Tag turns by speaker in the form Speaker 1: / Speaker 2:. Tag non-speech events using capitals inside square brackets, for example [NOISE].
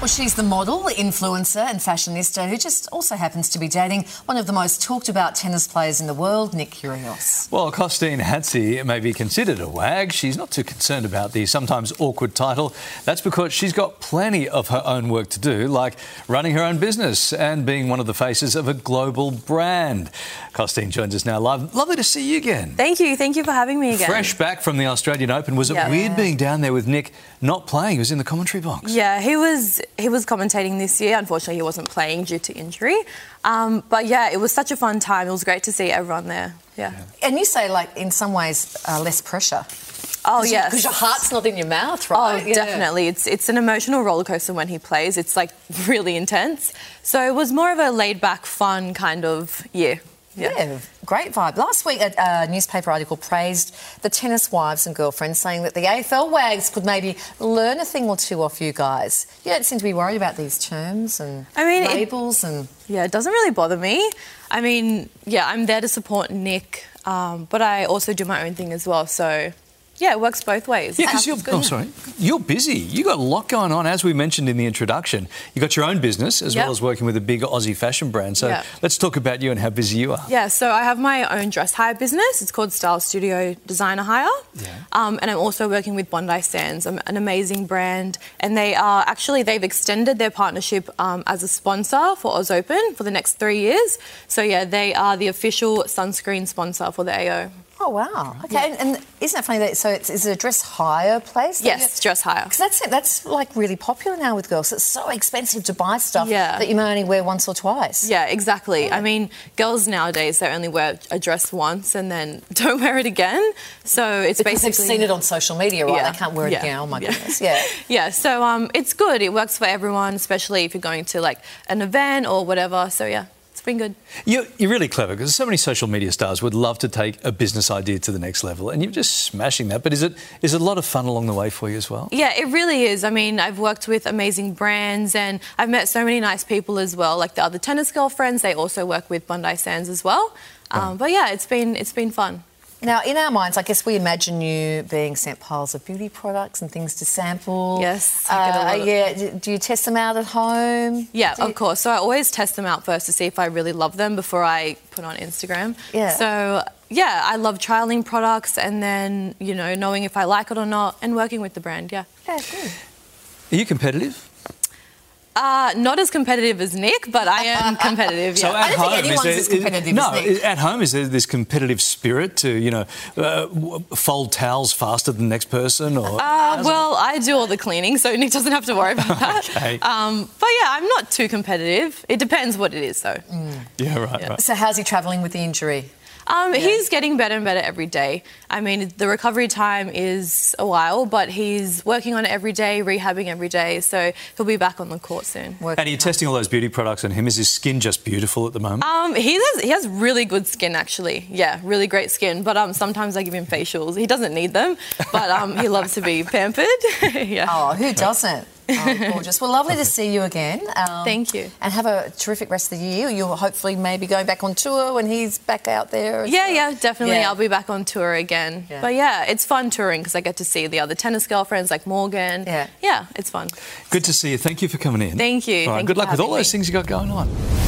Speaker 1: Well, she's the model, influencer, and fashionista who just also happens to be dating one of the most talked about tennis players in the world, Nick Kyrgios.
Speaker 2: Well, Costine Hatzi may be considered a wag. She's not too concerned about the sometimes awkward title. That's because she's got plenty of her own work to do, like running her own business and being one of the faces of a global brand. Costine joins us now live. Lovely to see you again.
Speaker 3: Thank you. Thank you for having me again.
Speaker 2: Fresh back from the Australian Open. Was it
Speaker 3: Yeah.
Speaker 2: weird
Speaker 3: Yeah.
Speaker 2: being down there with Nick not playing? He was in the commentary box.
Speaker 3: Yeah, he was he was commentating this year. Unfortunately, he wasn't playing due to injury. Um, but yeah, it was such a fun time. It was great to see everyone there. Yeah.
Speaker 1: And you say, like, in some ways, uh, less pressure.
Speaker 3: Oh yes.
Speaker 1: Because your heart's not in your mouth,
Speaker 3: Oh,
Speaker 1: right? Yeah.
Speaker 3: definitely. It's it's an emotional roller coaster when he plays. It's like really intense. So it was more of a laid back, fun kind of year.
Speaker 1: Yeah. great vibe. Last week, a, a newspaper article praised the tennis wives and girlfriends, saying that the AFL wags could maybe learn a thing or two off you guys. You don't seem to be worried about these terms and
Speaker 3: I mean, it-
Speaker 1: labels and.
Speaker 3: Yeah, it doesn't really bother me. I mean, yeah, I'm there to support Nick, um, but I also do my own thing as well. So, yeah, it works both ways.
Speaker 2: Yeah, because
Speaker 3: It's
Speaker 2: you're.
Speaker 3: good.
Speaker 2: Oh, sorry. You're busy. You got a lot going on, as we mentioned in the introduction. You got your own business as well
Speaker 3: Yep.
Speaker 2: as working with a big Aussie fashion brand. So
Speaker 3: Yeah.
Speaker 2: let's talk about you and how busy you are.
Speaker 3: Yeah, so I have my own dress hire business. It's called Style Studio Designer Hire.
Speaker 2: Yeah.
Speaker 3: Um, and I'm also working with Bondi Sands, um, an amazing brand. And they are actually, they've extended their partnership um, as a sponsor for Oz Open for the next three years. So, yeah, they are the official sunscreen sponsor for the AO.
Speaker 1: Oh wow! Okay, and, and isn't it funny that so it's is it a dress hire place?
Speaker 3: Yes, dress hire.
Speaker 1: because that's it. That's like really popular now with girls. It's so expensive to buy stuff
Speaker 3: Yeah.
Speaker 1: that you may only wear once or twice.
Speaker 3: Yeah, exactly. I mean, girls nowadays, they only wear a dress once and then [LAUGHS] don't wear it again. So, it's
Speaker 1: because
Speaker 3: basically.
Speaker 1: they've seen it on social media, right?
Speaker 3: Yeah.
Speaker 1: They can't wear it
Speaker 3: Yeah.
Speaker 1: again. Oh my
Speaker 3: [LAUGHS] Yeah.
Speaker 1: goodness! Yeah.
Speaker 3: Yeah, so um, it's good. It works for everyone, especially if you're going to like an event or whatever. So yeah, it's been good.
Speaker 2: You're, you're really clever because so many social media stars would love to take a business idea to the next level, and you're just smashing that. But is it is it a lot of fun along the way for you as well?
Speaker 3: Yeah, it really is. I mean, I've worked with amazing brands and I've met so many nice people as well. Like the other tennis girlfriends, they also work with Bondi Sands as well. Um, But yeah, it's been it's been fun.
Speaker 1: Now, in our minds, I guess we imagine you being sent piles of beauty products and things to sample.
Speaker 3: Yes, I get a
Speaker 1: Uh,
Speaker 3: lot of-
Speaker 1: yeah. d- Do you test them out at home?
Speaker 3: Yeah,
Speaker 1: Do you-
Speaker 3: of course. So I always test them out first to see if I really love them before I put on Instagram.
Speaker 1: Yeah.
Speaker 3: So yeah, I love trialing products and then you know knowing if I like it or not and working with the brand. Yeah.
Speaker 1: Yeah, good.
Speaker 2: Are you competitive?
Speaker 3: Uh, not as competitive as Nick, but I
Speaker 1: [LAUGHS]
Speaker 3: am competitive. Yeah.
Speaker 1: at- I don't think anyone's as competitive
Speaker 2: no,
Speaker 1: as Nick.
Speaker 2: at home is there this competitive spirit to you know uh, w- fold towels faster than the next person or
Speaker 3: uh, well, I do all the cleaning, so Nick doesn't have to worry
Speaker 1: [LAUGHS]
Speaker 3: about that.
Speaker 2: Okay.
Speaker 3: um, but yeah, I'm not too competitive. It depends what it is, though.
Speaker 2: yeah right right.
Speaker 1: So, how's he travelling with the injury?
Speaker 3: Um, He's getting better and better every day. I mean, the recovery time is a while, but he's working on it every day, rehabbing every day, so he'll be back on the court soon.
Speaker 1: Working
Speaker 2: And are you testing all those beauty products on him? Is his skin just beautiful at the moment?
Speaker 3: Um, he has he has really good skin actually. Yeah, really great skin. But um, sometimes I give him facials. He doesn't need them, but um, he loves to be pampered. [LAUGHS] yeah.
Speaker 1: Oh, who doesn't?
Speaker 3: [LAUGHS]
Speaker 1: Oh, gorgeous. Well, lovely to see you again. Um,
Speaker 3: Thank you.
Speaker 1: And have a terrific rest of the year. You'll hopefully maybe going back on tour when he's back out there. as
Speaker 3: Yeah,
Speaker 1: well.
Speaker 3: yeah, definitely.
Speaker 1: Yeah.
Speaker 3: I'll be back on tour again.
Speaker 1: Yeah.
Speaker 3: But yeah, it's fun touring because I get to see the other tennis girlfriends like Morgan.
Speaker 1: Yeah.
Speaker 3: Yeah, it's fun.
Speaker 2: Good to see you. Thank you for coming in.
Speaker 3: Thank you.
Speaker 2: All right,
Speaker 3: Thank
Speaker 2: good
Speaker 3: you
Speaker 2: luck
Speaker 3: for
Speaker 2: with all
Speaker 3: having
Speaker 2: those
Speaker 3: me.
Speaker 2: things you got going on.